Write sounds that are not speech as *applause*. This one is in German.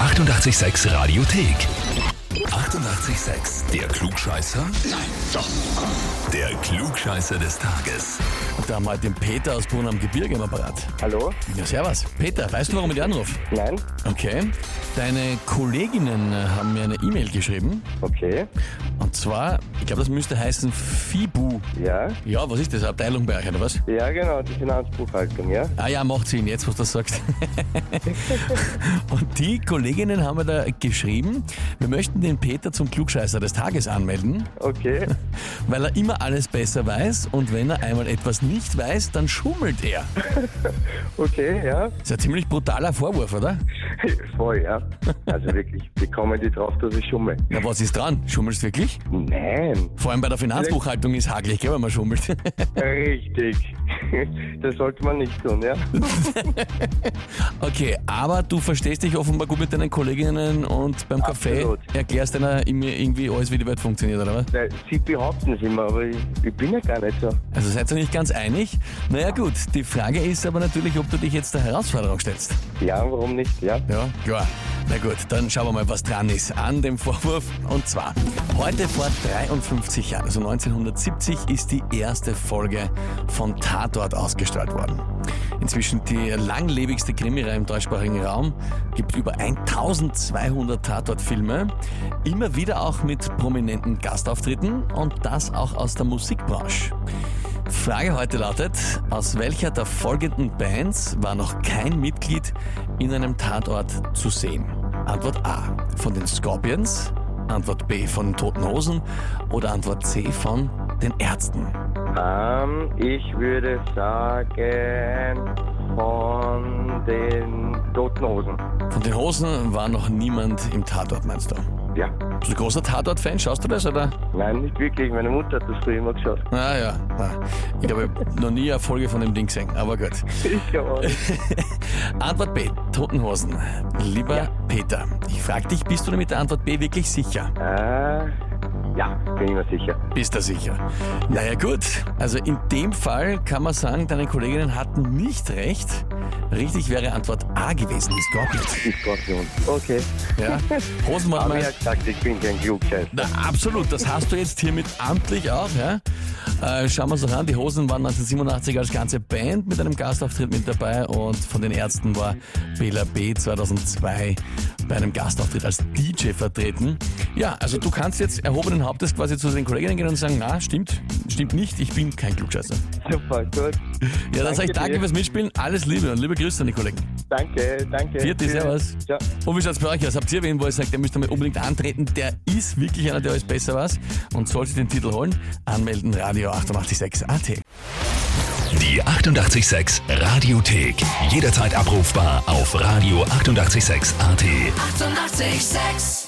886 Radiothek. 88,6. Der Klugscheißer? Nein, doch. Der Klugscheißer des Tages. Da haben wir den Peter aus Brunn am Gebirge im Apparat. Hallo? Ja, servus. Peter, weißt du, warum ich dich anrufe? Nein? Okay. Deine Kolleginnen äh, haben mir eine E-Mail geschrieben. Okay. Und zwar, ich glaube, das müsste heißen FIBU. Ja? Ja, was ist das? Abteilung bei euch, oder was? Ja, genau, die Finanzbuchhaltung, ja? Ah ja, macht Sinn, jetzt, was du sagst. Und die Kolleginnen haben mir da geschrieben, wir möchten den Peter zum Klugscheißer des Tages anmelden, Okay. weil er immer alles besser weiß und wenn er einmal etwas nicht weiß, dann schummelt er. Okay, ja? *laughs* ist ein ziemlich brutaler Vorwurf, oder? Voll, ja? Also wirklich, wie kommen die drauf, dass ich schummel? Na, was ist dran? Schummelst wirklich? Nein! Vor allem bei der Finanzbuchhaltung ist hagelig, gell, wenn man schummelt. *laughs* Richtig. *laughs* Das sollte man nicht tun, ja? Okay, aber du verstehst dich offenbar gut mit deinen Kolleginnen und beim Kaffee Absolut. erklärst einer immer irgendwie alles, wie die Welt funktioniert, oder was? Nein, Sie behaupten es immer, aber ich, ich bin ja gar nicht so. Also seid ihr nicht ganz einig? Naja gut, die Frage ist aber natürlich, ob du dich jetzt der Herausforderung stellst. Ja, warum nicht, ja? Ja, klar. Na gut, dann schauen wir mal, was dran ist an dem Vorwurf. Und zwar, heute vor 53 Jahren, also 1970, ist die erste Folge von Tatort ausgestrahlt worden. Inzwischen die langlebigste Krimireihe im deutschsprachigen Raum, gibt über 1200 Tatort-Filme, immer wieder auch mit prominenten Gastauftritten und das auch aus der Musikbranche. Frage heute lautet, aus welcher der folgenden Bands war noch kein Mitglied in einem Tatort zu sehen? Antwort A von den Scorpions, Antwort B von den Toten Hosen oder Antwort C von den Ärzten. Ähm, ich würde sagen, von den toten Hosen. Von den Hosen war noch niemand im Tatort, meinst du? Ja. Bist du großer Tatort-Fan? Schaust du das oder? Nein, nicht wirklich. Meine Mutter hat das früher immer geschaut. *laughs* Ah ja, ah. ich habe noch nie eine Folge von dem Ding gesehen, aber gut. Ich ja auch nicht. Antwort B, Totenhosen. Lieber Peter, ich frage dich, bist du dir mit der Antwort B wirklich sicher? Äh, ja, bin ich mir sicher. Bist du sicher? Naja gut, also in dem Fall kann man sagen, deine Kolleginnen hatten nicht recht. Richtig wäre Antwort A gewesen, die Scorpions. Die Skorpion. Okay. Ja? Hosenmann Aber ich mal. habe gesagt, ich bin kein Klugscheiß. Na, absolut, das hast du jetzt hiermit amtlich auch. Ja? Äh, schauen wir uns doch an, die Hosen waren 1987 als ganze Band mit einem Gastauftritt mit dabei und von den Ärzten war Bela B. 2002 bei einem Gastauftritt als DJ vertreten. Ja, also du kannst jetzt erhobenen Hauptes quasi zu den Kolleginnen gehen und sagen, na, stimmt, stimmt nicht, ich bin kein Klugscheißer. Super, gut. Ja, dann sage ich Danke danke dir. fürs Mitspielen, alles Liebe und liebe Grüße an die Kollegen. Danke, danke. Vierte, Tschüss. servus. Ciao. Und wie schaut's bei euch aus? Habt ihr wen, wo ihr sagt, der müsst einmal unbedingt antreten? Der ist wirklich einer, der alles besser weiß und soll sich den Titel holen? Anmelden, Radio 886 AT. Die 88,6 Radiothek. Jederzeit abrufbar auf radio886.at. 88,6. Eighty-eight, sex.